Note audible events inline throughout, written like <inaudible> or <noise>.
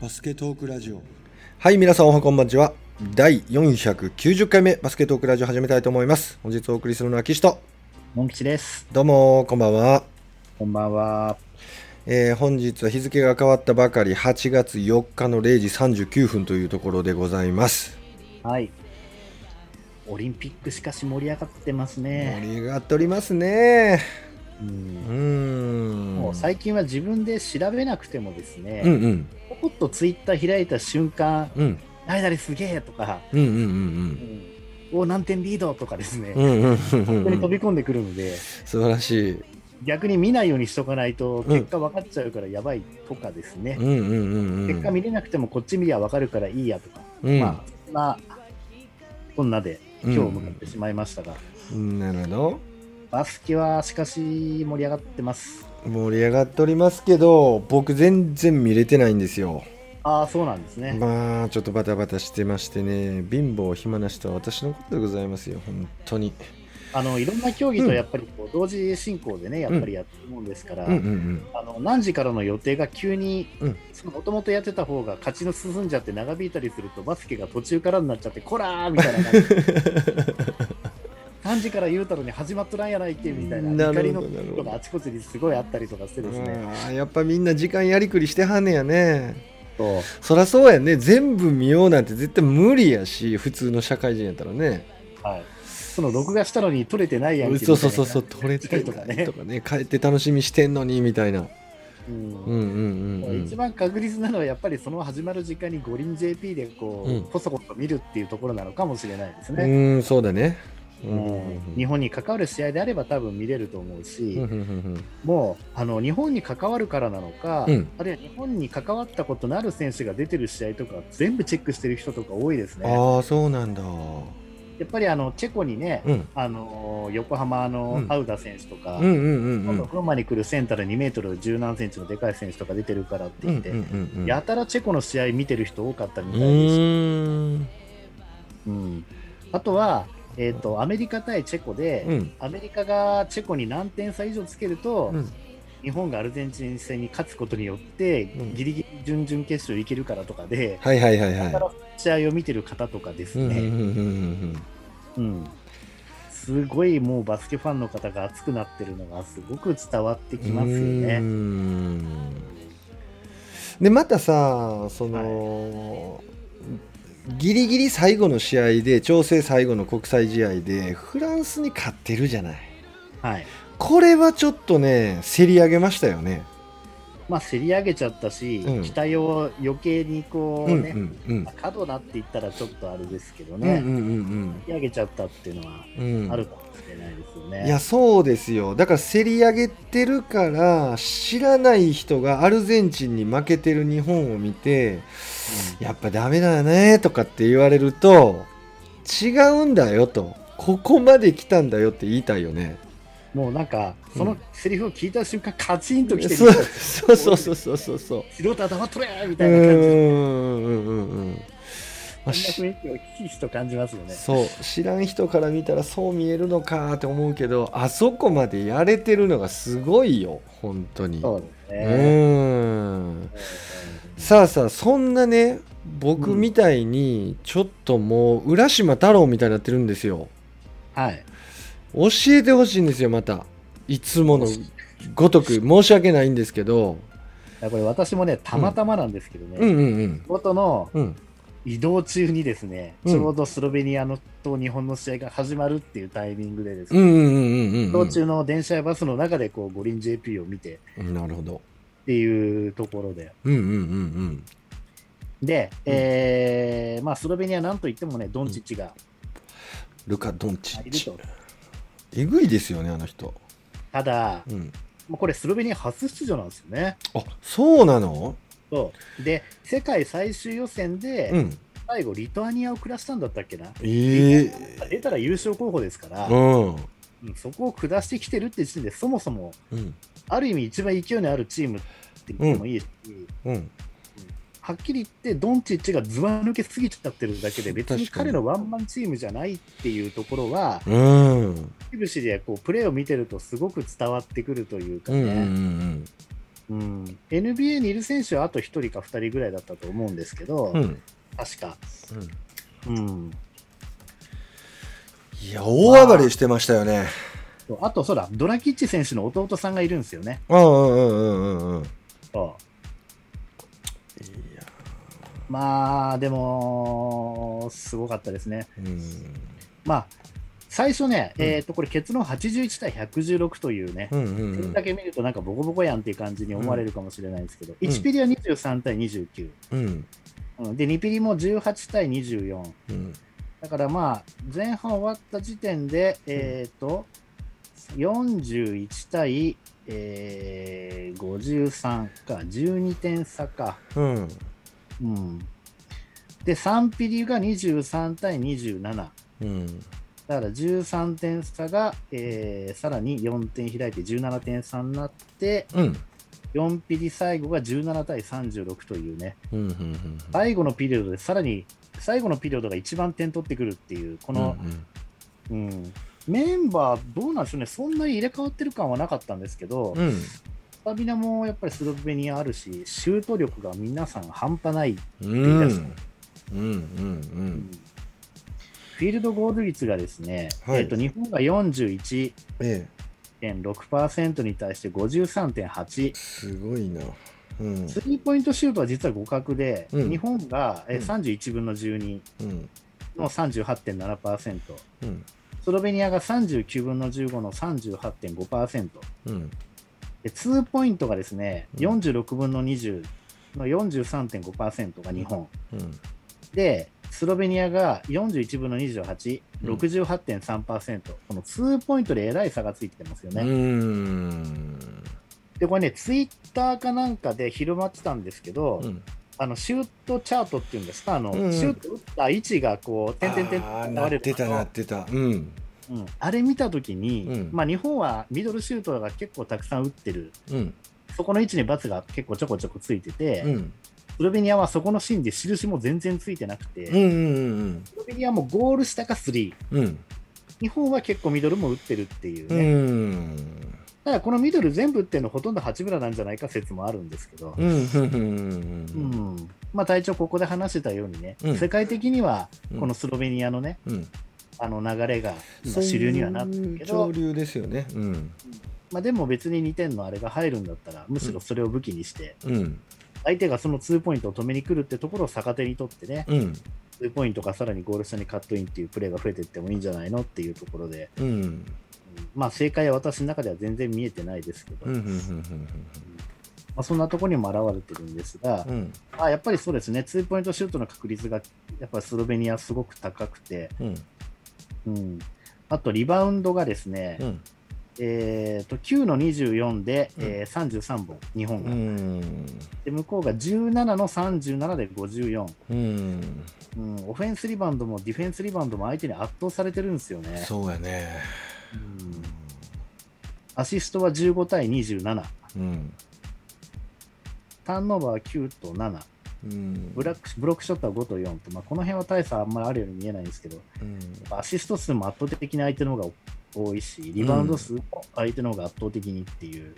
バスケトークラジオはい、皆さんおはこんばんちは。第490回目バスケットークラジオ始めたいと思います。本日お送りするのは岸と、モン吉です。どうもこんばんは。こんばんは。えー本日は日付が変わったばかり8月4日の0時39分というところでございます。はい。オリンピックしかし盛り上がってます盛ね。り上がっておりますね。うんうーん。もう最近は自分で調べなくてもですね、うんうんポコッとツイッター開いた瞬間、うん誰々すげえとか、うんうんううんん、お何点リードとかですね、うんうんうんうんうん本当に飛び込んでくるので、素晴らしい。逆に見ないようにしとかないと、ん結果分かっちゃうからやばいとかですねう、んうんうんうん。結果見れなくてもこっち見りゃ分かるからいいやとか、うんまあ、そんな、こんなで今日を迎えてしまいましたが、なるほど。バスケはしかし盛り上がってます。盛り上がっておりますけど、僕全然見れてないんですよ。ああ、そうなんですね。まあちょっとバタバタしてましてね貧乏暇な人は私のことでございますよ本当にあのいろんな競技とやっぱりこう、同時進行でね、やっぱりやってるもんですから、うんうんあの何時からの予定が急にうん、もともとやってた方が勝ちの進んじゃって長引いたりすると、バスケが途中からになっちゃって、こらーみたいな感じ。3時から言うたのに始まっとらんやないけみたいなな怒るりほどのなるほどことがあちこちにすごいあったりとかしてうですね、んあーやっぱみんな時間やりくりしてはんねやねそうそらそうやね全部見ようなんて絶対無理やし普通の社会人やったらねはい、その録画したのに撮れてないやんけみたいそなうそうそうそう取れてとかね <laughs> ないとかね帰って楽しみしてんのにみたいなうんうんうんうん一番確実なのはやっぱりその始まる時間に五輪 JP でこう、うんこそこそ見るっていうところなのかもしれないですうね。んうんそうだねうんうんもう日本に関わる試合であれば多分見れると思うし、うんうんもうあの日本に関わるからなのか、うんあるいは日本に関わったことのある選手が出てる試合とか全部チェックしてる人とか多いですうんね。ああそうなんだうやっぱりあのチェコにね、んあの横浜うのんアウダ選手とか、うんうんうんう今ん度ロマに来るセンターで2メートル1 7センチのでかい選手とか出てるからってうん言っうて、んうんうんやたらチェコの試合見てる人多かったみうたいですし、ーんうんあとは、えー、とアメリカ対チェコで、うんアメリカがチェコに何点差以上つけると、うん日本がアルゼンチン戦に勝つことによって、うんギリギリ準々決勝いけるからとかで、はいはいはいはい。試合を見てる方とかですうんうんね、うんうんうんすごいもうバスケファンの方が熱くなってるのがすごく伝わってうきんますようーね。んでまたさその、ギリギリ最後の試合で調整最後の国際試合でフランスに勝ってるじゃないはいこれはちょっとね競り上げましたよね。まあ、競り上げちゃったし、うん期待を余計にこううんうね、んうんまあ過度なって言ったらちょっとあれですけどうんうんね、うん引き上げちゃったっていうのはうんうんあるかもしれないですよね。いやそうですよだから競り上げてるから知らない人がアルゼンチンに負けてる日本を見てやっぱダメだよねとかって言われると違うんだよとここまで来たんだよって言いたいよねもうなんか、そうのんセリフを聞いた瞬間、カチンときてる、そうそうそうそうそうそうそう素人は黙っとれみうたいな感じで、んうんうんうんまあそしんな雰囲気をひしひしと感じますよね。そう知らん人から見たらそう見えるのかって思うけどあそこまでやれてるのがすごいよ本当にそうですうね。んさあさあそんなね僕みたいにちょっともう浦島太郎みたいになってるんですよはい。教えてほしいんですよまたいつものごとく申し訳ないんですけどこれ私もね、たまたまなんですけどね、うんうんうん仕事のうん移動中にですね、うんちょうどスロベニアのと日本の試合が始まるっていうタイミングででうすね、んうんうんうん移う動中の電車やバスの中でこう五輪 JP を見てんなるほどっていうところで、うんうんうんで、うんえーまあ、スロベニアなんといってもね、ドンチッチがルカ・ドンチいッるチと。えぐいですよねあの人ただ、うんもうこれスロベニア初出場なんですよね。あそうなのそうで、世界最終予選うで、ん最後、リトアニアを下したんだったっけな。ええ出たら優勝候補ですから、うんうんそこを下してきてるって時点で、そもそも、うんある意味、一番勢いのあるチームって言ってもいいし、うんはっきり言って、ドンチッチがずば抜けすぎちゃってるだけで、別に彼のワンマンチームじゃないっていうところは、うんうん節々でこうプレーを見てると、すごく伝わってくるというかうんうね。んうんうん、NBA にいる選手はあと1人か2人ぐらいだったと思うんですけど、うん、うん確か、うん、いや大暴れしてましたよね、そうあと、そうだ、ドラキッチ選手の弟さんがいるんですよね。うんうんうんうんうんうんいそうやまあ、でも、すごかったですね。うんまあ、最初ね、うんえっ、と、これ結論81対116というね、うんうんそれうんだけ見るとなんかボコボコやんっていう感じに思われるかもしれないんですけど、ん1ピリは23対29、うんうん、で、2ピリも18対24。うんだからまあ、前半終わった時点で、えっ、と、41対、えー、53か、12点差か。うんうん。で、3ピリが23対27。だかうんら13点差が、えー、さらに4点開いて17点差になって、うん4ピリ最後が17対36というね、うんうんうん最後のピリオドでさらに、最後のピリオドが一番点取ってくるっていう、ここの、うんうんメンバー、どうなんでしょうね、そんなに入れ替わってる感はなかったんですけど、うんうんスタミナもやっぱりスロベニアあるし、シュート力が皆さん半端ない、うんうんうんフィールドゴール率がですね、はいえっと日本が41.6%えに対して53.8え、すごいなうんスリーポイントシュートは実は互角で、うん日本がえうん31分の12うんの38.7%、うんスロベニアが39分の15の38.5%。うんで、ツーポイントがですね、うん46分の20の43.5%が日本。うんで、スロベニアが41分の28、うん68.3%。このツーポイントでえらい差がついてますよね。うんで、これね、ツイッターかなんかで広まってたんですけど、うんあの、シュートチャートっていうんですか、あの、うんシュート打った位置がこう、点々点あー々なっ現れてたなってたうんうんあれ見たときに、うんまあ日本はミドルシュートが結構たくさん打ってる。うんそこの位置にバツが結構ちょこちょこついてて、うんスロベニアはそこのシーンで印も全然ついてなくて、うんうんスロベニアもゴール下か3、うんうん日本は結構ミドルも打ってるっていううね、んただこのミドル全部打ってるのほとんど八村なんじゃないか説もあるんですけど、うんうんうんうんまあ、隊長、ここで話してたようにね、うん世界的にはうんこのスロベニアのね、うんあの流れがそ今ういう主流にはなってるけど潮、流ですよねうんまあ、でも別に2点のあれが入るんだったら、むしろそれを武器にして、うん相手がその2ポイントを止めに来るってところを逆手にとってね、うんツーポイントかさらにゴール下にカットインっていうプレーが増えていってもいいんじゃないのっていうところで、うんうんまあ、正解は私の中では全然見えてないですけど、うんうんまあ、そんなところにも表れてるんですが、うんうんまあ、やっぱりそうですね、ツーポイントシュートの確率がやっぱりスロベニアすごく高くて、うんうん、あとリバウンドがですね、うんえー、と9の24で、うんえー33本、日本うが、んで、向こうが17の37で54、うんうん、オフェンスリバウンドもディフェンスリバウンドも相手に圧倒されてるんですよね。そうやねうんアシストは15対27、うんターンオーバーは9と7、うんブラックブロックショットは5と4と、まあ、この辺は大差あんまりあるように見えないんですけど、やうんっぱアシスト数も圧倒的に相手の方が多いし、リバウンド数も相手の方が圧倒的にっていう、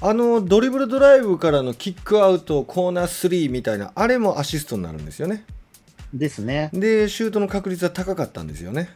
あのドリブルドライブからのキックアウトコーナー3みたいなあれもアシストになるんですよねですね、でシュートの確率は高かったんですよね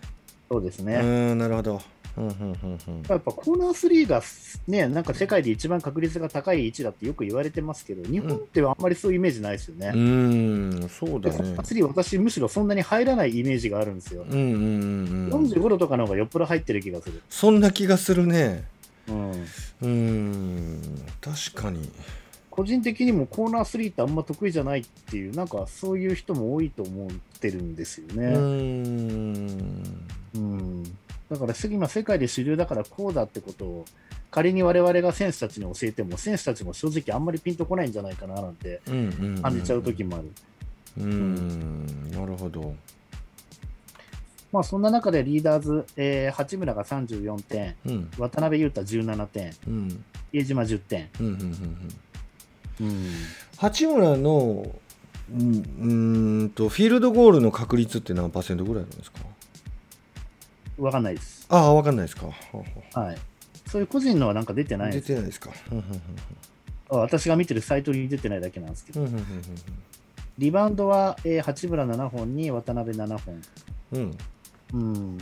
そうですうね。ーんなるほどうんうんうんうんやっぱコーナー3が、ね、なんか世界で一番確率が高い位置だってよく言われてますけど、日本ってはあんまりそういうイメージないですよね。うーんそうだでコーねナー3、私、むしろそんなに入らないイメージがあるんですよ。うんうんうんうん45度とかの方がよっぽど入ってる気がする。そんな気がするねうん、うーん確かに個人的にもコーナー3ってあんま得意じゃないっていう、なんかそういう人も多いと思ってるんですようね。ーんうんだからす今、世界で主流だからこうだってことを、仮に我々が選手たちに教えても、選手たちも正直あんまりピンとこないんじゃないかななんてうんうんうん感じちゃう時もある。うーんなるほどまあそんな中でリーダーズ、えー八村が34点、うん渡辺裕太17点、うん比江島10点。うんうんうんうんうん八村のうんうーんとフィールドゴールの確率って何パーセントぐらいなんですかわかんないです。ああ分かんないですかはあははい。そういう個人のはなんか出てあない出です。てないですかうんうんあ私が見てるサイトに出てないだけなんですけうど、んうんリバウンドは、えー八村7本に渡辺7本。うんうんうん。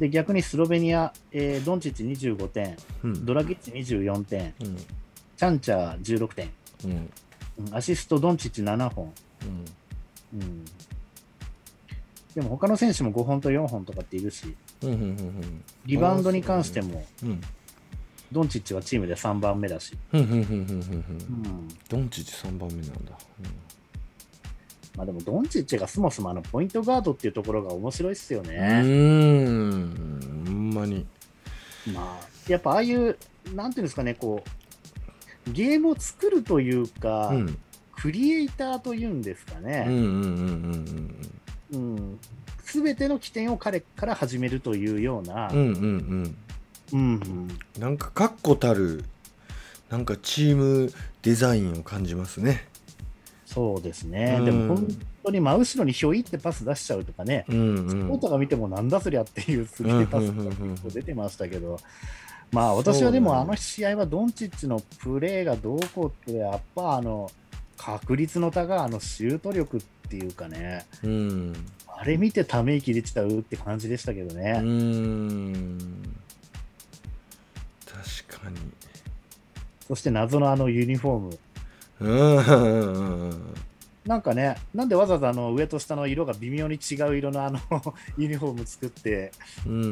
で、逆にスロベニア、えードンチッチ25点、うんドラギッチ24点、うんチャンチャー16点、うんうんアシストドンチッチ7本。うんうん。でも他の選手も5本と4本とかっているし、うんうんうんうんリバウンドに関しても、うんドンチッチはチームで3番目だし、うんうんうんうんうんうんん、ドンチッチ3番目なんだまあでもドンチッチがそもそもあのポイントガードっていうところが面白いっすようね。ーんほんまにまあ、やっぱああいう、なんていうんですかね、こう、ゲームを作るというか、うんクリエイターというんですかうんうね、んうんうんうん、すべての起点を彼から始めるというような、うんうんうんうんうんうんなんか確固たるなんかチームデザインを感じますねそうですね、うんでも本当に真後ろにひょいってパス出しちゃうとかね、うんうんコートが見てもなんだそりゃっていうすげえパスうんうんうんうんが出てましたけど、まあ私はでそうもなあんだの試合はドンチッチのプレーがどうこうって、やっぱあの確率の高いあのシュート力っていうかね、うんあれ見てため息出ちゃうって感じでしたけどうね。ーん確かにそして謎のあのユニフォーム。うんうんうんうんなんかね、なんでわざわざあの上と下の色が微妙に違う色のあ <laughs> のユニフォーム作って、うんうんうんう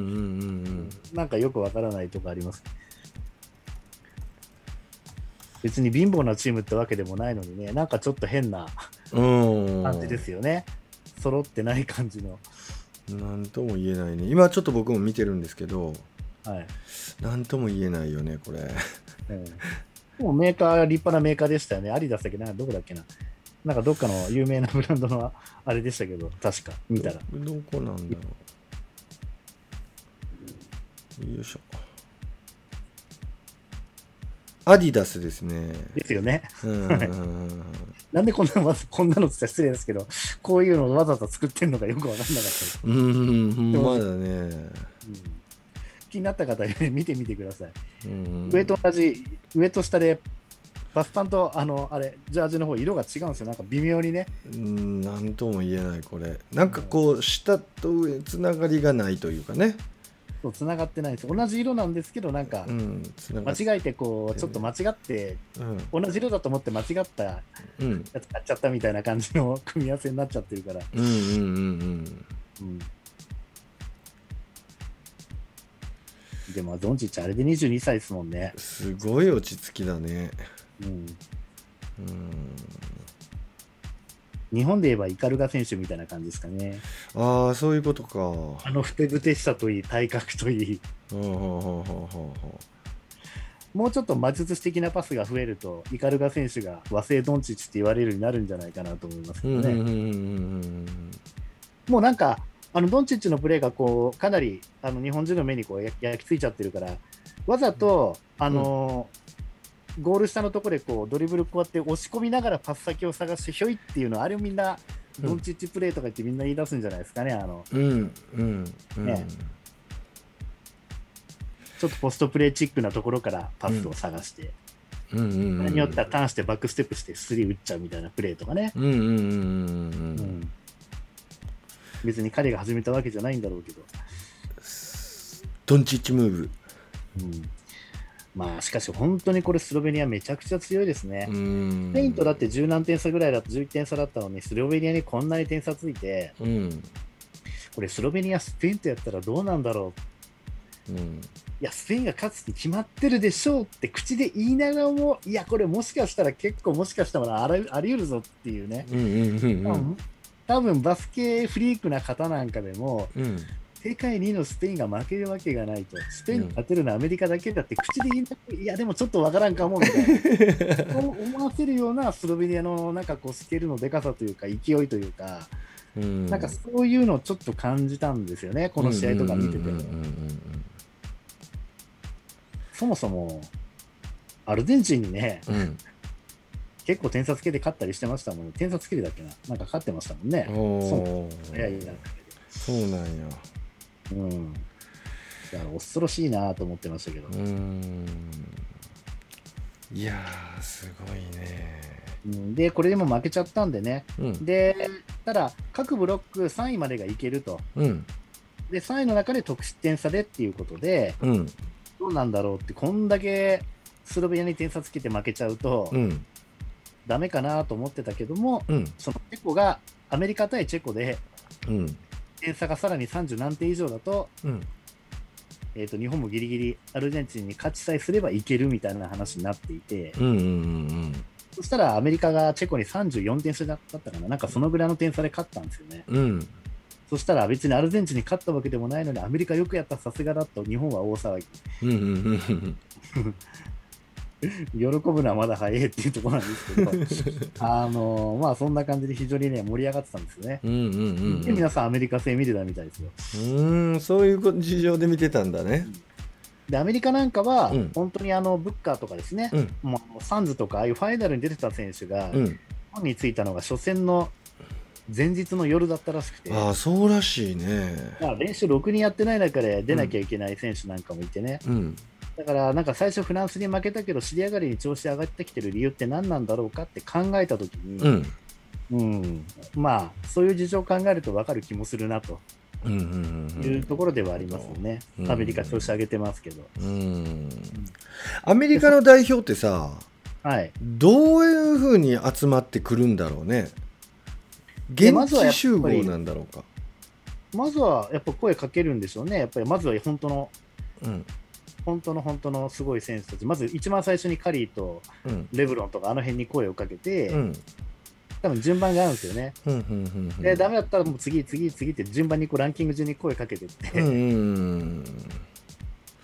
んなんかよくわからないとかあります。別に貧乏なチームってわけでもないのにね、なんかちょっと変なうん感じですよね。揃ってない感じの。なんとも言えないね今ちょっと僕も見てるんですけどはい。なんとも言えないよねこれうんでもメーカー、立派なメーカーでしたよね。アリダスだっけな、どこだっけな。なんかどっかの有名なブランドのあれでしたけど、確か、見たら。どこなんだろうよいしょアディダスですねですよね。うんうんうんうんなんでこんな、まずこんなのって言ったら失礼ですけど、こういうのをわざわざ作ってるのかよくわかんなかったです、うんほんまだねうん気になった方はね見てみてください。うん上と同じ、上と下で、バスパンと、あの、あれ、ジャージの方、色が違うんですよ。なんか微妙にね。うんなんとも言えないこれなんかこう下と上つながりがないというかねそう繋がってないんですよ。同じ色なんですけど、なんかう、んつなが間違えて、こう、ちょっと間違って、うん同じ色だと思って間違ったやうんつ買っちゃったみたいな感じの組み合わせになっちゃってるから。うんうんうんうんでも、ドンチッチ、あれで22歳ですもんねうん。すごい落ち着きだねうんうん日本で言えばイカルガ選手みたいな感じですかね。ああそういうことかあのふてぶてしさといい、体格といい、うんうんうんうんうんうんもうちょっと魔術師的なパスが増えると、イカルガ選手が和製ドンチッチって言われるようになるんじゃないかなと思いますけうんどうんうね。んうんもうなんか、あのドンチッチのプレーがこうかなりあの日本人の目にこうや焼き付いちゃってるから、わざと、あのーゴール下のところでこうドリブルこうやって押し込みながらパス先を探して、ひょいっていうの、あれをみんな、うんドンチッチプレーとか言ってみんな言い出すんじゃないですかね、あのうんうんうんうんねちょっとポストプレーチックなところからパスを探して。うんうんうんそれによってはターンしてバックステップしてスリー打っちゃうみたいなプレーとかね、うんうんうんうんうん別に彼が始めたわけじゃないんだろうけど、ドンチッチムーブまあしかし本当にこれスロベニアめちゃくちゃ強いですね、うんスペインとだって十何点差ぐらいだと11点差だったのにスロベニアにこんなに点差ついてうんこれスロベニアスペインとやったらどうなんだろううんいやスペインが勝つに決まってるでしょうって口で言いながらもいやこれもしかしたら結構もしかしたらあらあり得るぞっていうね、うんうんうんうん多分バスケフリークな方なんかでもうん世界2位のスペインが負けるわけがないと、スペインに勝てるのはアメリカだけだって、口で言いなくいや、でもちょっとわからんかもみた <laughs> いな、そう思わせるようなスロベニアのなんかこうスケールのでかさというか、勢いというか、うんなんかそういうのをちょっと感じたんですよね、この試合とか見ててうんうんもう。んうんそもそも、アルゼンチンにね、うんうん結構点差つけて勝ったりしてましたもんね、点差つけてだっけな、なんか勝ってましたもんね、おーいやいや、そうなんやうん。だから恐ろしいなと思ってましたけどう。んいやー、すごいね。うんで、これでも負けちゃったんでね。うん。で、ただ、各ブロック3位までがいけると。うん。で、3位の中で得失点差でっていうことで、うん。どうなんだろうって、こんだけスロベニアに点差つけて負けちゃうと、うん。ダメかなと思ってたけども、うん。そのチェコが、アメリカ対チェコで、うん。点差がさらに30何点以上だと、うん。えっ、と、日本もギリギリアルゼンチンに勝ちさえすればいけるみたいな話になっていて、うん。うん。そしたらアメリカがチェコに34点差だったかな、なんかそのぐらいの点差で勝ったんですよね。うん。そしたら別にアルゼンチンに勝ったわけでもないのに、アメリカよくやった、さすがだと、日本は大騒ぎ。うん。うん。喜ぶのはまだ早いっていうところなんですけど、 <laughs> あのまあそんな感じで非常にね、盛り上がってたんですよね。うん。うん。で、皆さんアメリカ戦見てたみたいですよ。うん。そういう事情で見てたんだね。で、アメリカなんかはうん、本当にあの、ブッカーとかですね、うん。もうあのサンズとか、ああいうファイナルに出てた選手が、うん。日本に着いたのが初戦の前日の夜だったらしくて、ああ、そうらしいね。まあ、練習6人やってない中で出なきゃいけない選手なんかもいてね、うん。だからなんか最初、フランスに負けたけど、尻上がりに調子上がってきてる理由って何なんだろうかって考えたときうに、ん。うんまあ、そういう事情を考えると分かる気もするなとうん。ういうとん。ころではありますよね、うんアメリカ調子上げてますけど、うん。アメリカの代表ってさ、はい、どういうふうに集まってくるんだろうね。現まずはやっぱ地り集合なんだろうか。まずはやっぱ声かけるんでしょうね、やっぱりまずは本当の、うん。本当の本当のすごい選手たち、まず一番最初にカリーとうん。レブロンとかあの辺に声をかけて、うん。多分順番があるんですよね。うん。うん。うん。で、ダメだったらもう次、次、次って順番にこうランキング順に声かけてって、うん。っうん。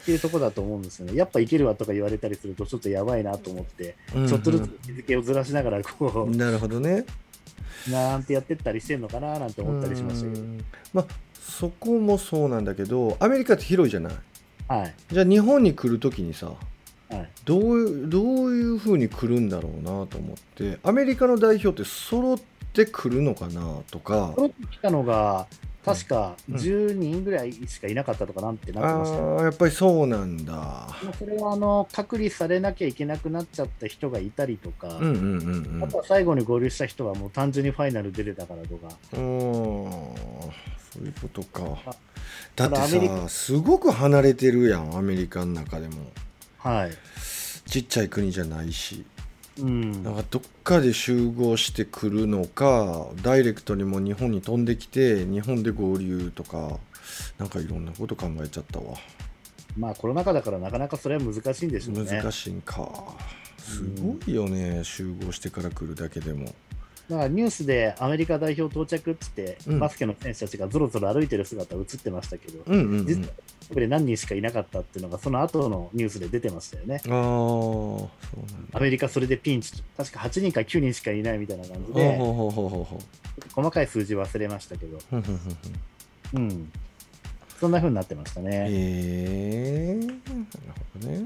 ていうとこだと思うんですよね。やっぱいけるわとか言われたりするとちょっとやばいなと思って、うん。ちょっとずつ日付をずらしながらこなるほどね。う、なんてやってったりしてんのかななんて思ったりしましたけうど。んまあそこもそうなんだけどアメリカって広いじゃないはい。じゃあ日本に来るときにさはい。どういうどういうふうに来るんだろうなと思ってアメリカの代表って揃って来るのかなとかこの時来たのが、確かうん10人ぐらいしかいなかったとかなんてなってましたよ。あーやっぱりそうなんだまあそれはあの隔離されなきゃいけなくなっちゃった人がいたりとか、うんうんうんあとは最後に合流した人はもう単純にファイナル出てたからとか、うんうーんそういうことかあだってただアメリさすごく離れてるやんアメリカの中でもはい。ちっちゃい国じゃないしうんなんかどっかで集合してくるのかダイレクトにもう日本に飛んできて日本で合流とかなんかいろんなこと考えちゃったわまあコロナ禍だからなかなかそれは難しいんでしょうね。難しいんかすごいよね集合してから来るだけでもだからニュースでアメリカ代表到着っつって、うんバスケの選手たちがぞろぞろ歩いてる姿映ってましたけど、うんうん、う実んは、そこで何人しかいなかったっていうのがその後のニュースで出てましたよね。ああそうなんだアメリカそれでピンチ、確か8人か9人しかいないみたいな感じほうで、ほうほうほうほうほう細かい数字忘れましたけど、ふんふんふんうん。そんな風になってましたへね。えー、なるほどね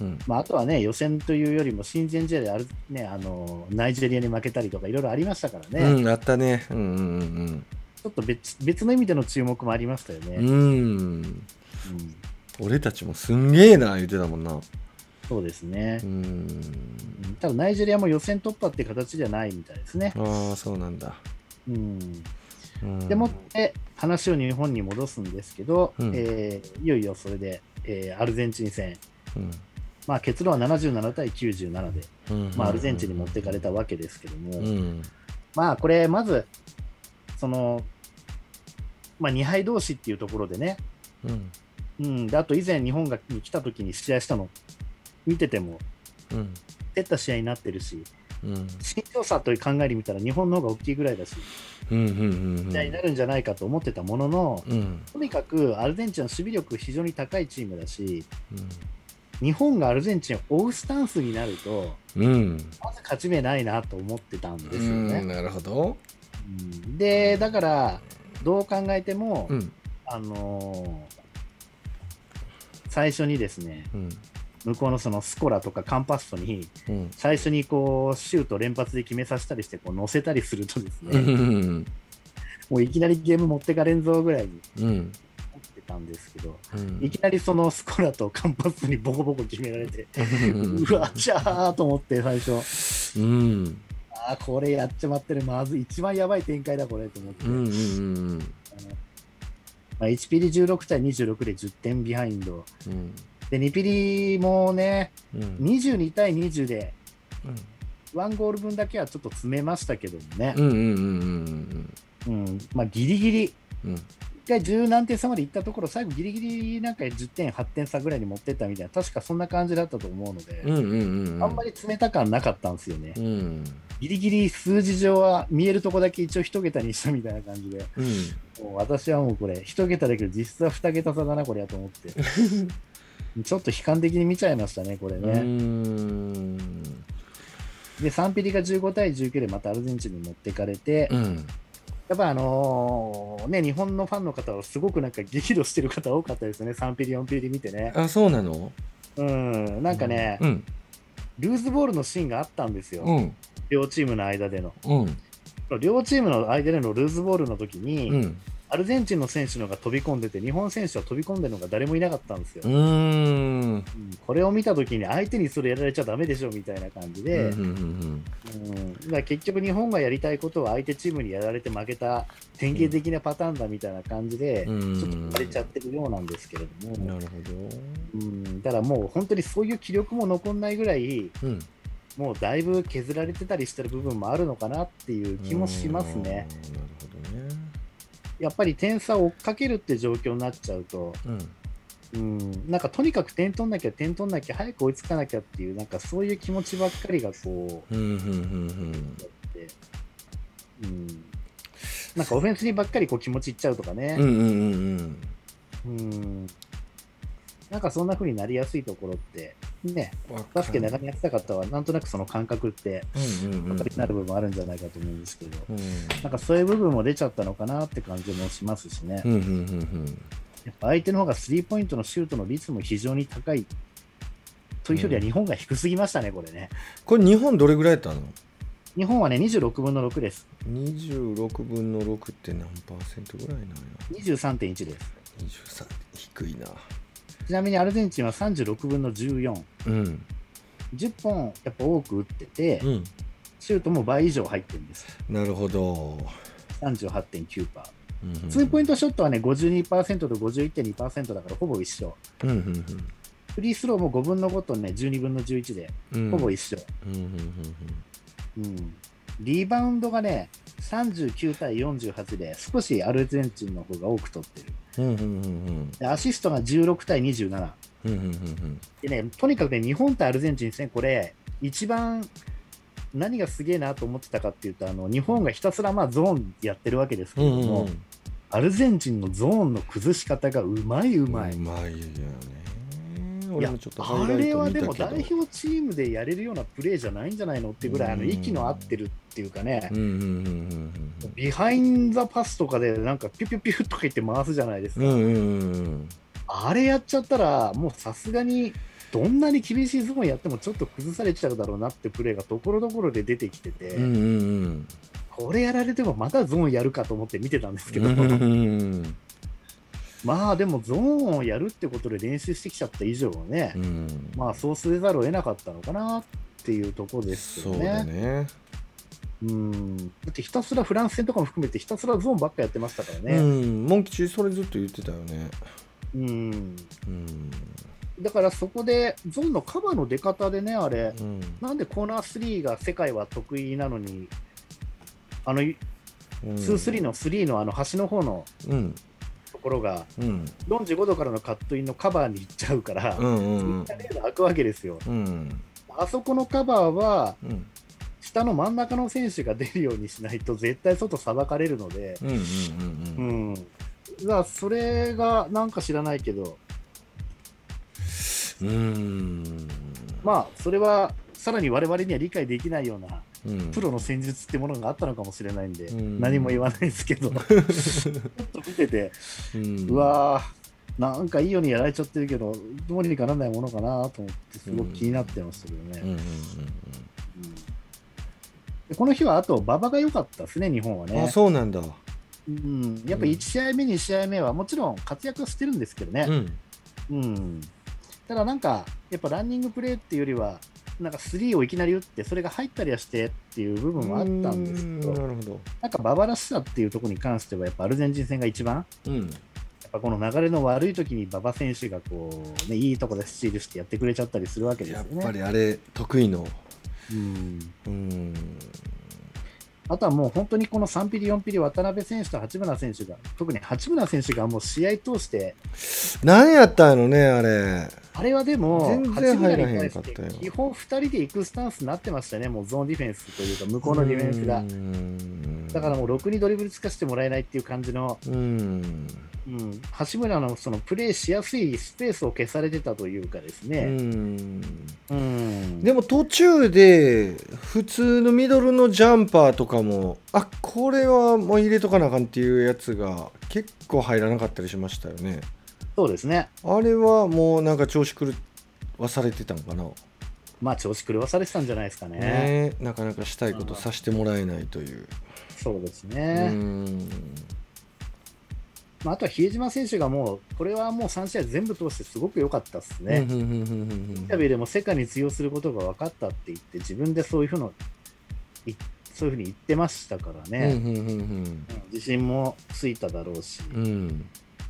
うんまあ、あとはね、予選というよりも、親善試合である、ね、あのナイジェリアに負けたりとか、いろいろありましたからね、ちうん、あったね。うんうんうんょっと別別の意味での注目もありましたよね。うん。うん。うん俺たちもすんげえな言ってたもんな。そうですねうー。ん。ただナイジェリアも予選突破って形じゃないみたいですね。ああ、そうなんだ。うん、うんでもって話を日本に戻すんですけど、うんえーいよいよそれで、えーアルゼンチン戦、うんまあ、結論は77対97で、うんまあ、アルゼンチンに持っていかれたわけですけども、うん。まあこれまずその、まあ、2敗同士っていうところでね、うん。うん、であと以前日本がに来た時に試合したの見ててもうん。競った試合になってるしうん。身長差という考えで見たら日本の方が大きいぐらいだしうん。うん。試合になるんじゃないかと思ってたものの、うん。うん。とにかくアルゼンチンの守備力非常に高いチームだし、日本がアルゼンチンを追うスタンスになると、うん。まず勝ち目ないなと思ってたんですうよん。ね。なるほど。うんで、だから、どう考えても、うん。あのー最初にですね、うん。向こうのそのスコラとかカンパッソに、うん。最初にこう、シュート連発で決めさせたりして、こう、乗せたりするとですうね、ん。もういきなりゲーム持ってかれんぞぐらいにうん。思ってたんですけど、うんいきなりそのスコラとカンパスにボコボコ決められて、うんうわ、じゃーと思って最初、うんあーこれやっちまってる、まずい、一番やばい展開だ、これと思って、うんうんうんまあ、1ピリ16対26で10点ビハインド、うんで2ピリもね、うん22対20で、1ゴール分だけはちょっと詰めましたけどもね、うんうんうんうんうんまあ、ギリギリ、うん1回10何点差までいったところ、最後、ギリギリなんか10点、8点差ぐらいに持ってったみたいな、確かそんな感じだったと思うので。うんうんうんあんまり詰めた感なかったんですよねう。んギリギリ数字上は見えるとこだけ一応一桁にしたみたいな感じで、うんもう私はもうこれ、一桁だけど実質は二桁差だな、これやと <laughs> 思って。ちょっと悲観的に見ちゃいましたね、これうーね。んで、3ピリが15対19でまたアルゼンチンに持ってかれて、うんやっぱあのーね、日本のファンの方はすごくなんか激怒してる方多かったですね、3ピリ、4ピリ見てね。あそうなのうん、なんかね、うんルーズボールのシーンがあったんですよ、うん両チームの間での。うん両チームの間でのルーズボールの時に、うんアルゼンチンの選手の方が飛び込んでて、日本選手は飛び込んでるのが誰もいなかったんですよう。ーんうんこれを見たときに、相手にそれやられちゃだめでしょみたいな感じで、うんうんうんうんだから結局、日本がやりたいことは相手チームにやられて負けた典型的なパターンだみたいな感じで、うんちょっと言われちゃってるようなんですけれどなも、るほどうん、だからもう本当にそういう気力も残んないぐらい、うんもうだいぶ削られてたりしてる部分もあるのかなっていう気もしまうすね。んなるほどねやっぱり点差を追っかけるって状況になっちゃうと、うんうん、なんかとにかく点取んなきゃ点取んなきゃ早く追いつかなきゃっていうなんかそういう気持ちばっかりがこうんうんうんう、でうん、なんかオフェンスにばっかりこう気持ちいっちゃうとかうんうね、んうんうんうんなんかそんな風になりやすいところってねうんわかバるスケ長年やってた方はなんとなくその感覚ってうんうんうん分かりになる部分あるんじゃないかと思うんですけど、うんなんかそういう部分も出ちゃったのかなって感じもしますしね、うんうんうんやっぱ相手の方がスリーポイントのシュートの率も非常に高い。というよりは日本が低すぎましたね、これね。これ日本どれぐらいやったの日本はね、26分の6です。 26分の6って何パーセントぐらいなんや23.1です。 23低いなちなみにアルゼンチンは36分の14。うん10本やっぱ多く打っててう、んシュートも倍以上入ってるんです。なるほどう38.9%。んうんツーポイントショットはね、52%と51.2%だからほぼ一緒。うんうんうんフリースローも5分の5とね、12分の11で、うんほぼ一緒。うんうんうん、リバウンドがね、39対48で、少しアルゼンチンの方が多く取ってうる。んうんうんうんでアシストが16対27。うんうんうんでね、とにかくね、日本とアルゼンチンですね、これ、一番何がすげえなと思ってたかっていうと、あの日本がひたすらまあゾーンやってるわけですけうれんども、うんうんアルゼンチンのゾーンの崩し方がうまいううまい。うまいよねい俺やもちょっとハあイライれトは見たでけども代表チームでやれるようなプレーじゃないんじゃないのってぐらい、あうのん息の合ってるっていうかね、うんうんうんうんビハインザパスとかでなんかピュピュピュとか言って回すじゃないですうか、んうんうんうんあれやっちゃったらもうさすがにどんなに厳しいズボンやってもちょっと崩されちゃうだろうなってプレーがところどころで出てきてて、うんうんうんこれやられてもまたゾーンやるかと思って見てたんですけど、うんうん <laughs> まあでもゾーンをやるってことで練習してきちゃった以上はね、うんまあそうせざるを得なかったのかなっていうところですそようだねねうんだってひたすらフランス戦とかも含めてひたすらゾーンばっかやってましたからうね。んモン吉それずっと言ってたよねうんうんだからそこで、ゾーンのカバーの出方でね、あれ、うんなんでコーナー3が世界は得意なのに、あの、2、うん3の3のあの端の方のうんところが、うん45度からのカットインのカバーに行っちゃうから、うんうんレーが開くわけですよ。うんあそこのカバーは、うん下の真ん中の選手が出るようにしないと、絶対外さばかれるので、うんうんううんん。だからそれが、なんか知らないけど、うんうんまあ、それは、さらに我々には理解できないような、うんプロの戦術ってものがあったのかもしれないんで、うん何も言わないで <laughs> すけど、ちょっと見てて、うんうわー、なんかいいようにやられちゃってるけど、どうにかならないものかなと思って、すごく気になってましたけどね。うんうんうんでこの日は、あと、馬場が良かったですね、日本はうんあね。そうなんだううん、やっぱり1試合目、2試合目はもちろん活躍はしてるんですけどね、うん、うん、ただなんか、やっぱランニングプレーっていうよりは、なんかスリーをいきなり打って、それが入ったりはしてっていう部分はあったんですけうーど、なるほど。なんかババらしさっていうところに関しては、やっぱアルゼンチン戦が一番、うん。やっぱこの流れの悪い時に馬場選手がこう、ね、いいとこでスチールしてやってくれちゃったりするわけですやよっね。ぱりあれ、得意の。うんうん。あとはもう本当にこの3ピリ、4ピリ、渡辺選手と八村選手が、特に八村選手がもう試合通して、何やったんやろね、あれ。あれはでも、全八然入村らにへん対かしったてよ基本2人で行くスタンスになってましたね、もうゾーンディフェンスというか、向こうのディフェンスが。ンだからもうろくにドリブルつかしてもらえないっていう感じの、うん。うん、橋村のそのプレーしやすいスペースを消されてたというかですうね。ん。うんでも途中で普通のミドルのジャンパーとかもあこれはもう入れとかなあかんっていうやつが結構入らなかったりしましたよねそうですね。あれはもうなんか調子狂わされてたのかな、まあ調子狂わされてたんじゃないですかね。ねなかなかしたいことさせてもらえないという、そうですうね。んまあ、あとは比江島選手がもう、これはもう3試合全部通してすごく良かったですうんうねん。うんうんうんインタビューでも世界に通用することが分かったって言って、自分でそういうふうのいそういうふうに言ってましたからうんね、うんうんうん自信もついただろうし、うん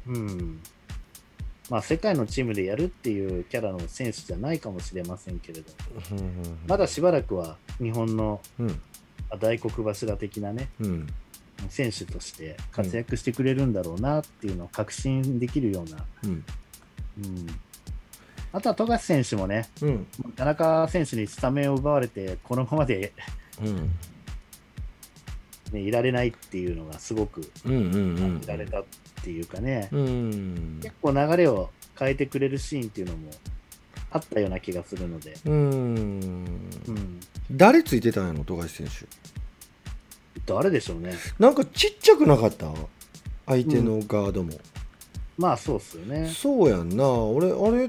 うんうんまあ、世界のチームでやるっていうキャラの選手じゃないかもしれませんけれど、まだしばらくは日本のうんあ大黒柱的なね、うん選手として活躍してくれるんだろうなっていうのを確信できるような、うんうん、あとは富樫選手もね、うん田中選手にスタメンを奪われて、このままで <laughs> うんね、いられないっていうのがすごくうんうんうん感じられたっていうかね、うん結構流れを変えてくれるシーンっていうのもあったような気がするので、うんうん、誰ついてたんやろ富樫選手誰でしょうね、なんかちっちゃくなかった相手のガードも、まあそうっすよね、そうやんな俺あれ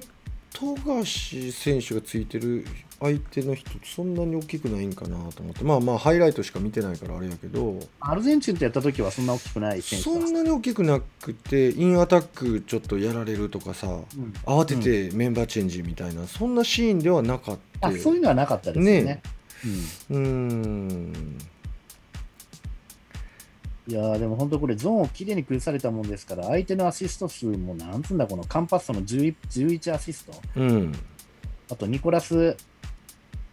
富樫選手がついてる相手の人そんなに大きくないんかなと思ってまあまあハイライトしか見てないからあれやけどアルゼンチンとやった時はそんな大きくない選手そだんなに大きくなくてインアタックちょっとやられるとかさうん慌ててメンバーチェンジみたいな、そんなシーンではなかったあそういうのはなかったですよね。ねうーんうん、いやーでも本当これゾーンをきれいに崩されたもんですから相手のアシスト数もなんつうんだこのカンパッソの 11, 11アシストうんあとニコラス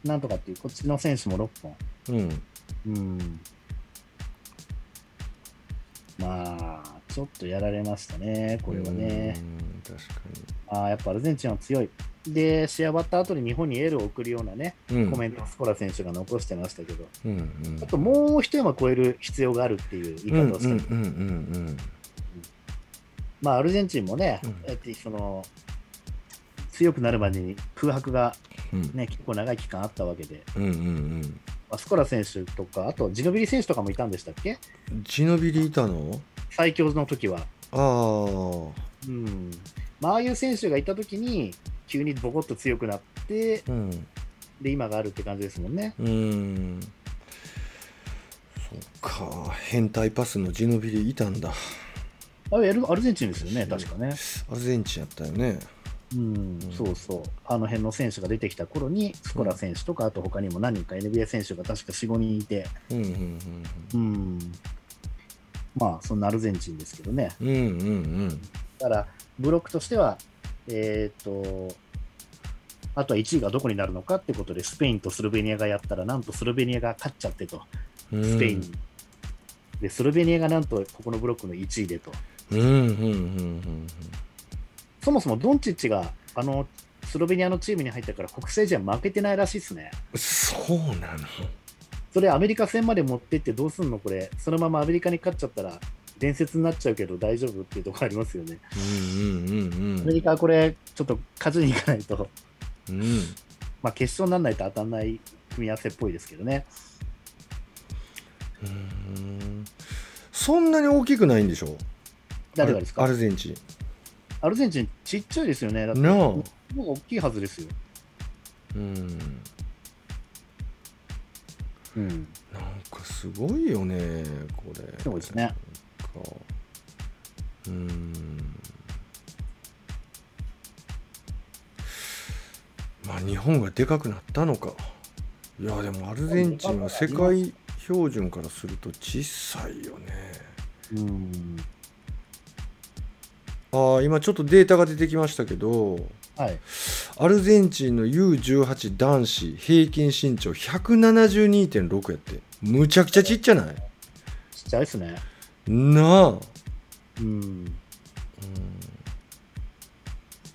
なんとかっていうこっちの選手も6本うんうんまあ、ちょっとやられましたね、これはね。うん確かああやっぱアルゼンチンは強い。で、試合終わった後に日本にエールを送るようなね、に、うん、コメントをスコラ選手が残してましたけど、うんうん、ちょっともう一山超える必要があるっていう言い方をして、うんうんうんまあ、アルゼンチンもね、うんだってその強くなるまでに空白が、うんうんね、結構長い期間あったわけで、うんうんまあ、スコラ選手とか、あとジノビリ選手とかもいたんでしたっけうんジノビリいたの最強の時は。ああうんまあ、ああいう選手がいたときに、急にボコッと強くなって、うんで今があるって感じですもんね。うんそっか変態パスのジノビリいたんだあれアルアルゼンチンですよね、確かね。アルゼンチンやったよねうんうん、そうそう、あの辺の選手が出てきた頃に、スコラ選手とか、あと他にも何人か NBA 選手が確か4、5人いて、うんうんうん、まあ、そんなアルゼンチンですけどね。うんうんうんうんだから、ブロックとしては、えーっと、あとは1位がどこになるのかってことで、スペインとスロベニアがやったら、なんとスロベニアが勝っちゃってと。うんスペイン、でスロベニアがなんとここのブロックの1位でと、うんうんうんうんそもそもドンチッチがあのスロベニアのチームに入ったから、国際試合負けてないらしいですね。うんそうなのそれ、アメリカ戦まで持ってってどうすんの、これ、そのままアメリカに勝っちゃったら、伝説になっちゃうけど大丈夫っていうところありますよね。うんうんうんアうメんリカはこれ、ちょっと勝ちにいかないと、うんまあ、決勝にならないと当たんない組み合わせっぽいですけどね。うーんそんなに大きくないんでしょ誰がですかアルゼンチアルゼンチン、ちっちゃいですよね。だって、ン。なもう大きいはずですよ。あうん。うん、なんかすごいよね、これ。そうですね。うーんまあ日本がでかくなったのかいやでもアルゼンチンは世界標準からすると小さいよねうんああ今ちょっとデータが出てきましたけどはい、アルゼンチンの U18 男子平均身長172.6やってむちゃくちゃちっちゃないちっちゃいですね。なあ、うん、うん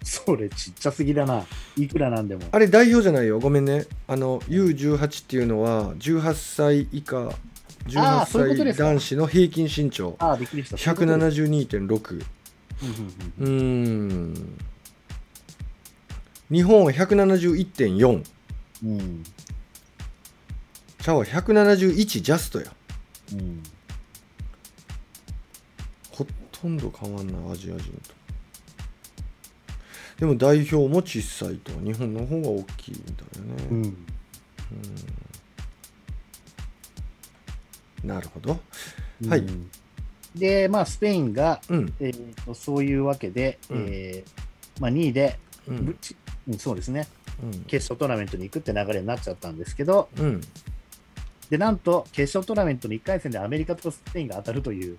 それちっちゃすぎだな、いくらなんでも。あれ代表じゃないよごめんねあの U18 っていうのは18歳以下あーそういうこと18で歳すか男子の平均身長ああ、びっくりした。170。 172.6うんうんうーん日本は171.4うんうんチャワ171ジャストやうんほとんど変わんないアジア人とでも代表も小さいと日本の方が大きいみたいなね、うんなるほどうんはい。で、まあ、スペインが、うんえーとそういうわけで、うんえーまあ、2位で、うぶんちうんそうですね、うん決勝トーナメントに行くって流れになっちゃったんですけど、うんでなんと決勝トーナメントの1回戦でアメリカとスペインが当たるという、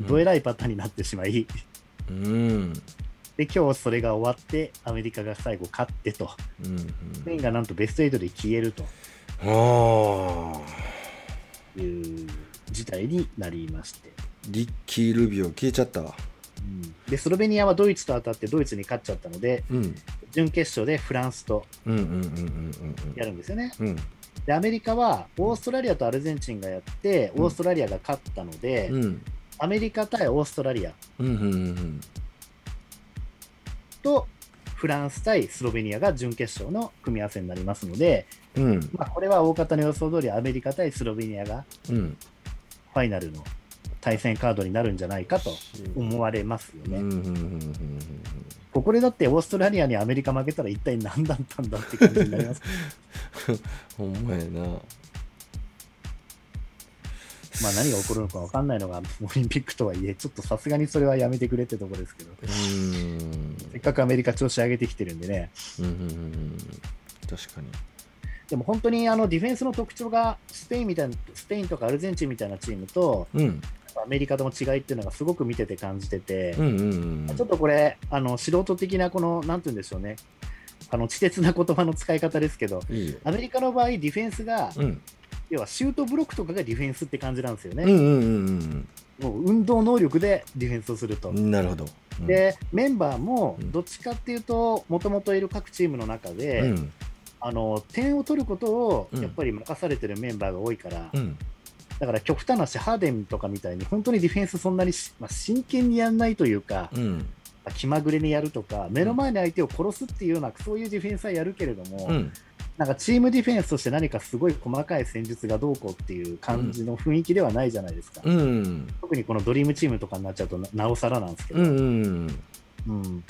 うんどえらいパターンになってしまい、うんで今日それが終わって、アメリカが最後勝ってと、うんうんスペインがなんとベスト8で消えるとああいう事態になりまして、リッキー・ルビオ消えちゃったわでスロベニアはドイツと当たって、ドイツに勝っちゃったので、うん準決勝でフランスとうんうんうんうんうんやるんですよね。うんうんでアメリカはオーストラリアとアルゼンチンがやって、うんオーストラリアが勝ったので、うんアメリカ対オーストラリアうんうんうんとフランス対スロベニアが準決勝の組み合わせになりますので、うんうんまあ、これは大方の予想通りアメリカ対スロベニアがうんファイナルの対戦カードになるんじゃないかと思われますようんね。うんうんうんうんここでだってオーストラリアにアメリカ負けたら一体何だったんだって感じにな <laughs> ります。ほんまやなまあ何が起こるのか分かんないのがオリンピックとはいえ、ちょっとさすがにそれはやめてくれってとこですけど、うんせっかくアメリカ調子上げてきてるんでね、うんうんうんうん確かにでも本当にあのディフェンスの特徴がスペインみたいなスペインとかアルゼンチンみたいなチームとうんアメリカとの違いっていうのがすごく見てて感じてて、うんうんうんちょっとこれあの素人的なこのなんて言うんでしょうねあの稚拙な言葉の使い方ですけどいいよアメリカの場合ディフェンスが、うん要はシュートブロックとかがディフェンスって感じなんですようんうね、んうんもう運動能力でディフェンスをすると。うんなるほどうんでメンバーもうんどっちかっていうともともといる各チームの中で、うんあの点を取ることをうんやっぱり任されてるメンバーが多いから、うんだから極端なし、ハーデンとかみたいに、本当にディフェンスそんなにし、まあ、真剣にやんないというか、うん気まぐれにやるとか、目の前に相手を殺すっていうような、そういうディフェンスはやるけれども、うんなんかチームディフェンスとして何かすごい細かい戦術がどうこうっていう感じの雰囲気ではないじゃないですか。うん特にこのドリームチームとかになっちゃうとな、なおさらなんですけど、うんうんうん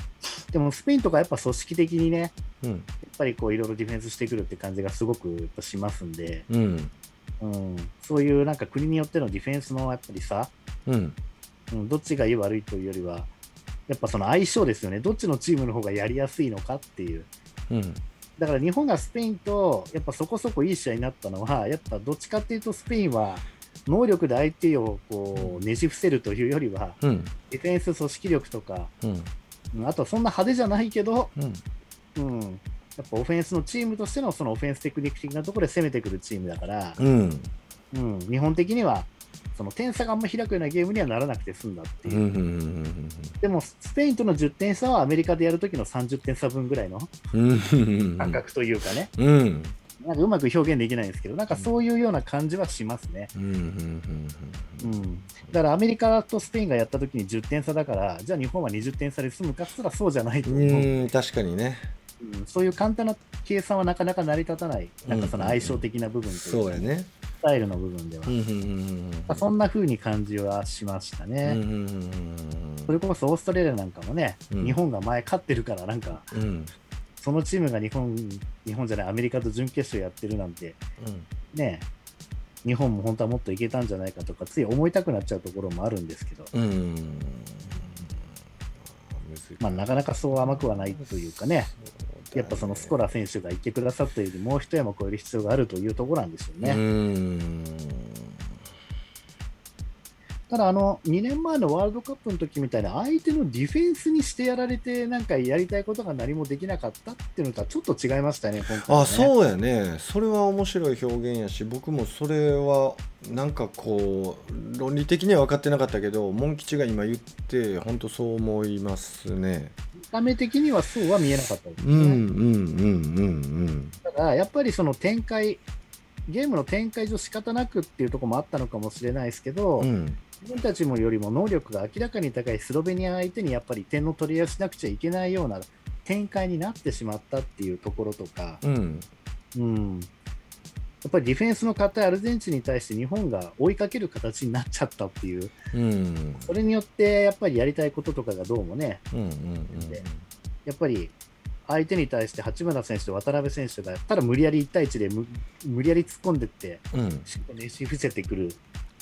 でもスペインとかやっぱ組織的にね、やうんっぱりこういろいろディフェンスしてくるって感じがすごくやっぱしますんで、うんうん、そういうなんか国によってのディフェンスのやっぱりさ、うんうん、どっちがいい悪いというよりは、やっぱその相性ですよね、どっちのチームの方がやりやすいのかっていう、うんだから日本がスペインと、やっぱそこそこいい試合になったのは、やっぱどっちかっていうと、スペインは能力で相手をこうねじ伏せるというよりは、うんディフェンス、組織力とか、うんうんあとはそんな派手じゃないけど、うんうん、やっぱオフェンスのチームとしてのそのオフェンステクニック的なところで攻めてくるチームだから、うんうん、日本的には、その点差があんま開くようなゲームにはならなくて済んだっていうう。んでも、スペインとの10点差はアメリカでやるときの30点差分ぐらいのうん感覚というかね、うんなんかうまく表現できないんですけど、なんかそういうような感じはしますね。うん、だからアメリカとスペインがやったときに10点差だから、じゃあ日本は20点差で済むかっつったらそうじゃないと思う、うん確かにねうんそういう簡単な計算はなかなか成り立たない、なんかその相性的な部分といそううやか、ねスタイルの部分では、うんまあそんな風に感じはしましたね。それこそオーストラリアなんかもね、うん日本が前勝ってるから、なんかうんそのチームが日本、日本じゃない、アメリカと準決勝やってるなんて、ねえ、日本も本当はもっといけたんじゃないかとか、つい思いたくなっちゃうところもあるんですけど、うん。まあ、なかなかそう甘くはないというかね、やっぱそのスコララ選手がいてくださったより、もう一山超える必要があるというところなんですよね。うん。ただあの、2年前のワールドカップの時みたいな、相手のディフェンスにしてやられて、なんかやりたいことが何もできなかったっていうのとはちょっと違いましたね、今回、ね。あそうやねそれは面白い表現やし僕もそれはなんかこう論理的には分かってなかったけどモン吉が今言って本当そう思いますね。見た目的にはそうは見えなかったですうね。んうんうんただ、やっぱりその展開、ゲームの展開上仕方なくっていうところもあったのかもしれないですけど、うんうん。うん自分たちもよりも能力が明らかに高いスロベニア相手にやっぱり点の取り合いをしなくちゃいけないような展開になってしまったっていうところとか、うんうん、やっぱりディフェンスの硬いアルゼンチンに対して日本が追いかける形になっちゃったっていう、うんそれによってやっぱりやりたいこととかがどうもね、うんうんやっぱり相手に対して八村選手と渡辺選手がただ無理やり1対1で無無理やり突っ込んでって、うんうんしっかり練習伏せてくる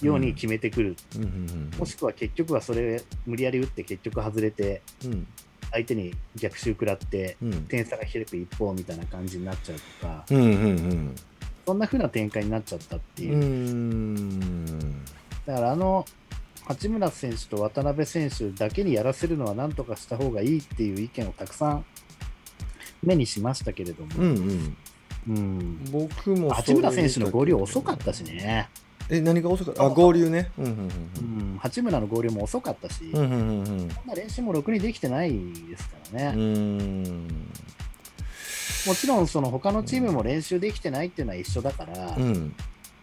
ように決めてくる、うんうんもしくは結局はそれ無理やり打って結局外れてうん相手に逆襲食らってうん点差が開く一方みたいな感じになっちゃうとかうんうんそんな風な展開になっちゃったってういんう、うんだからあの八村選手と渡辺選手だけにやらせるのはなんとかした方がいいっていう意見をたくさん目にしましたけれども、うんうんうん僕も八村選手の合流遅かったしね、え何が遅かったあ合流ねうんうんうん、八村の合流も遅かったし、うんうこんうんうんうんんな練習もろくにできてないですからね、うーんもちろんその他のチームも練習できてないっていうのは一緒だから、うん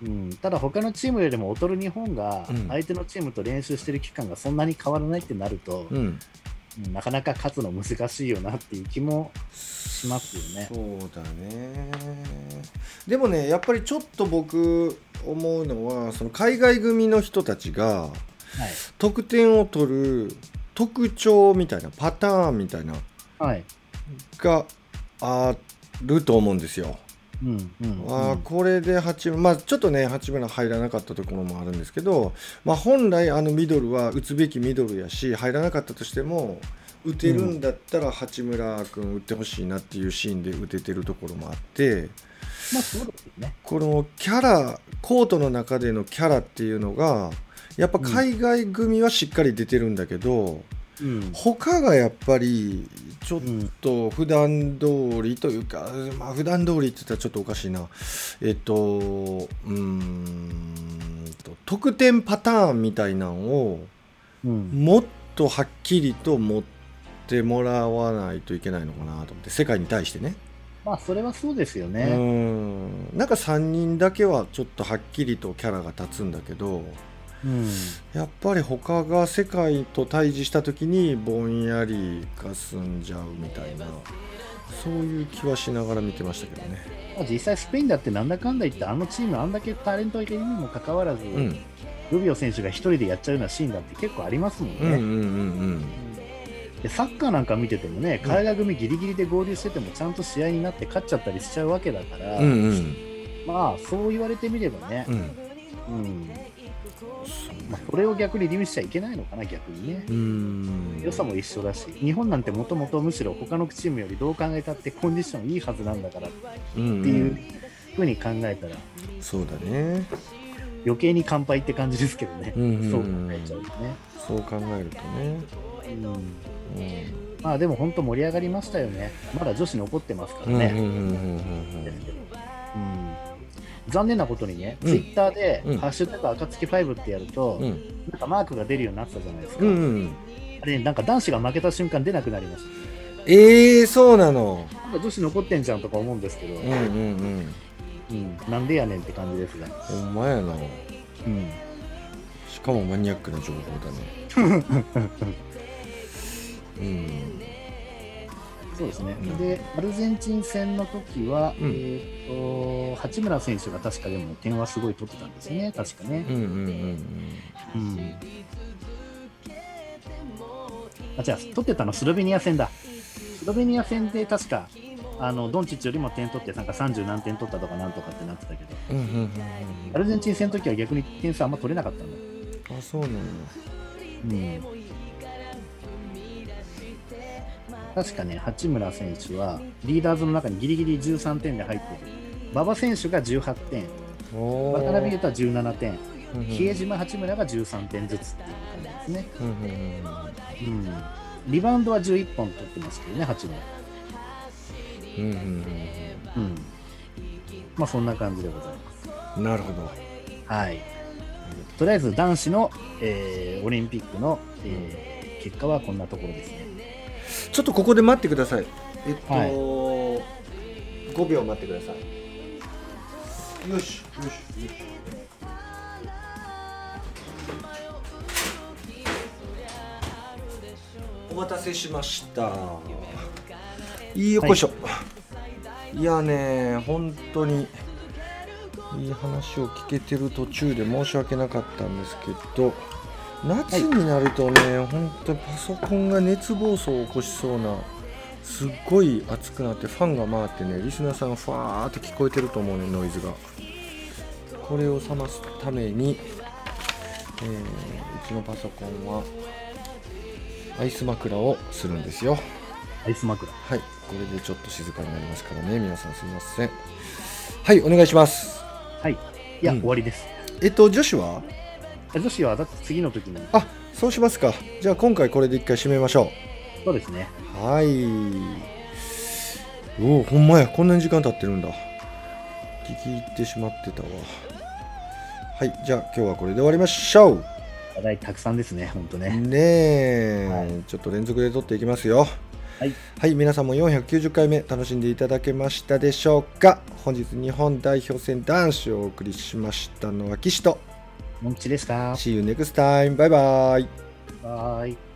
うん、ただ他のチームよりも劣る日本がうん相手のチームと練習してる期間がそんなに変わらないってなると、うんうんなかなか勝つの難しいよなっていう気もしますよね。そうだねでもねやっぱりちょっと僕思うのはその海外組の人たちが得点を取る特徴みたいなパターンみたいなはい、はいがあると思うんですよ。うんうんうんあーこれで八村、まあ、ちょっとね八村入らなかったところもあるんですけど、まあ、本来あのミドルは打つべきミドルやし入らなかったとしても打てるんだったら八村君打ってほしいなっていうシーンで打ててるところもあってまあそうですよね。このキャラコートの中でのキャラっていうのがやっぱ海外組はしっかり出てるんだけど、うん他がやっぱりちょっとうんと普段通りというか、まあ普段通りって言ったらちょっとおかしいな、えっと、うーんと、得点パターンみたいなんを、うんもっとはっきりと持ってもらわないといけないのかなと思って、世界に対してね。まあそれはそうですようーね。ん、なんか3人だけはちょっとはっきりとキャラが立つんだけど、うんやっぱり他が世界と対峙した時にぼんやりかすんじゃうみたいなそういう気はしながら見てましたけどね。まあ実際スペインだってなんだかんだ言ってあのチームあんだけタレントがいるにもかかわらず、うんルビオ選手が一人でやっちゃうようなシーンだって結構ありますもんね。うんうんうんでサッカーなんか見ててもね、海外組ギリギリで合流してても、ちゃんと試合になって勝っちゃったりしちゃうわけだから、うんうんうんまあそう言われてみればねう、んうんまあ、それを逆に利用しちゃいけないのかな、逆にねう。ん良さも一緒だし、日本なんてもともとむしろ他のチームよりどう考えたってコンディションいいはずなんだからってうんいううんふうに考えたら、そうだね余計に乾杯って感じですけどね、うんうんそう考えちゃうとね。そう考えるとね、うんうんまあでも本当盛り上がりましたよね、まだ女子残ってますかうらんうんね。うんうんですけど、うん、残念なことにね、うんツイッターでうん「ハッシュタグあかつき5」ってやると、うんなんかマークが出るようになってたじゃないですか、うんうんあれねなんか男子が負けた瞬間出なくなりましええそうなのたなんか女子残ってんじゃんとか思うんですけど、うんうんうんうんなんでやねんって感じですが、ほんまやなうん、しかもマニアックな情報だねうんそうですね、うんでアルゼンチン戦の時は、うんえーと八村選手が確かでも点はすごい取ってたんですよね確かねう、んうんうんうんうんあ、じゃあ、取ってたのスロベニア戦だ。スロベニア戦で確か、ああのドンチッチよりも点取ってなんか30何点取ったとかなんとかってなってたけどうんうんうんアルゼンチン戦の時は逆に点数あんま取れなかったんだよ、うんあそうなんだうん、確かね八村選手はリーダーズの中にギリギリ13点で入ってる馬場選手が18点お渡辺ー裕太17点うんうん比江島八村が13点ずつっていう感じですね、うんうんうんうん、リバウンドは11本取ってますけどね八村うんうんうんまあそんな感じでございますうんなるほどはい、とりあえず男子の、えーオリンピックの、えー結果はこんなところですね。ちょっとここで待ってください。えっと、は5秒待ってください。よし、よし、よし。お待たせしました。いいよこいしょ。い、やね、本当に。いい話を聞けてる途中で申し訳なかったんですけど夏になるとね、本当にパソコンが熱暴走を起こしそうなすっごい熱くなってファンが回ってねリスナーさんがファーって聞こえてると思うねノイズがこれを冷ますために、えーうちのパソコンはアイス枕をするんですよアイス枕。はいこれでちょっと静かになりますからね皆さんすみませんはいお願いしますはい。いや、うん終わりです。えっと女子は女子はだって次の時に。あそうしますかじゃあ今回これで一回締めましょそうですね。うはいおおほんまやこんなに時間経ってるんだ聞き入ってしまってたわはいじゃあ今日はこれで終わりましょう話題たくさんですね、本当ね。ねえ、はちょっと連続で撮っていきますよはい、皆さんも490回目楽しんでいただけましたでしょうか本日日本代表戦男子をお送りしましたのは岸とモンチでした。 See you next time バイバイバイ。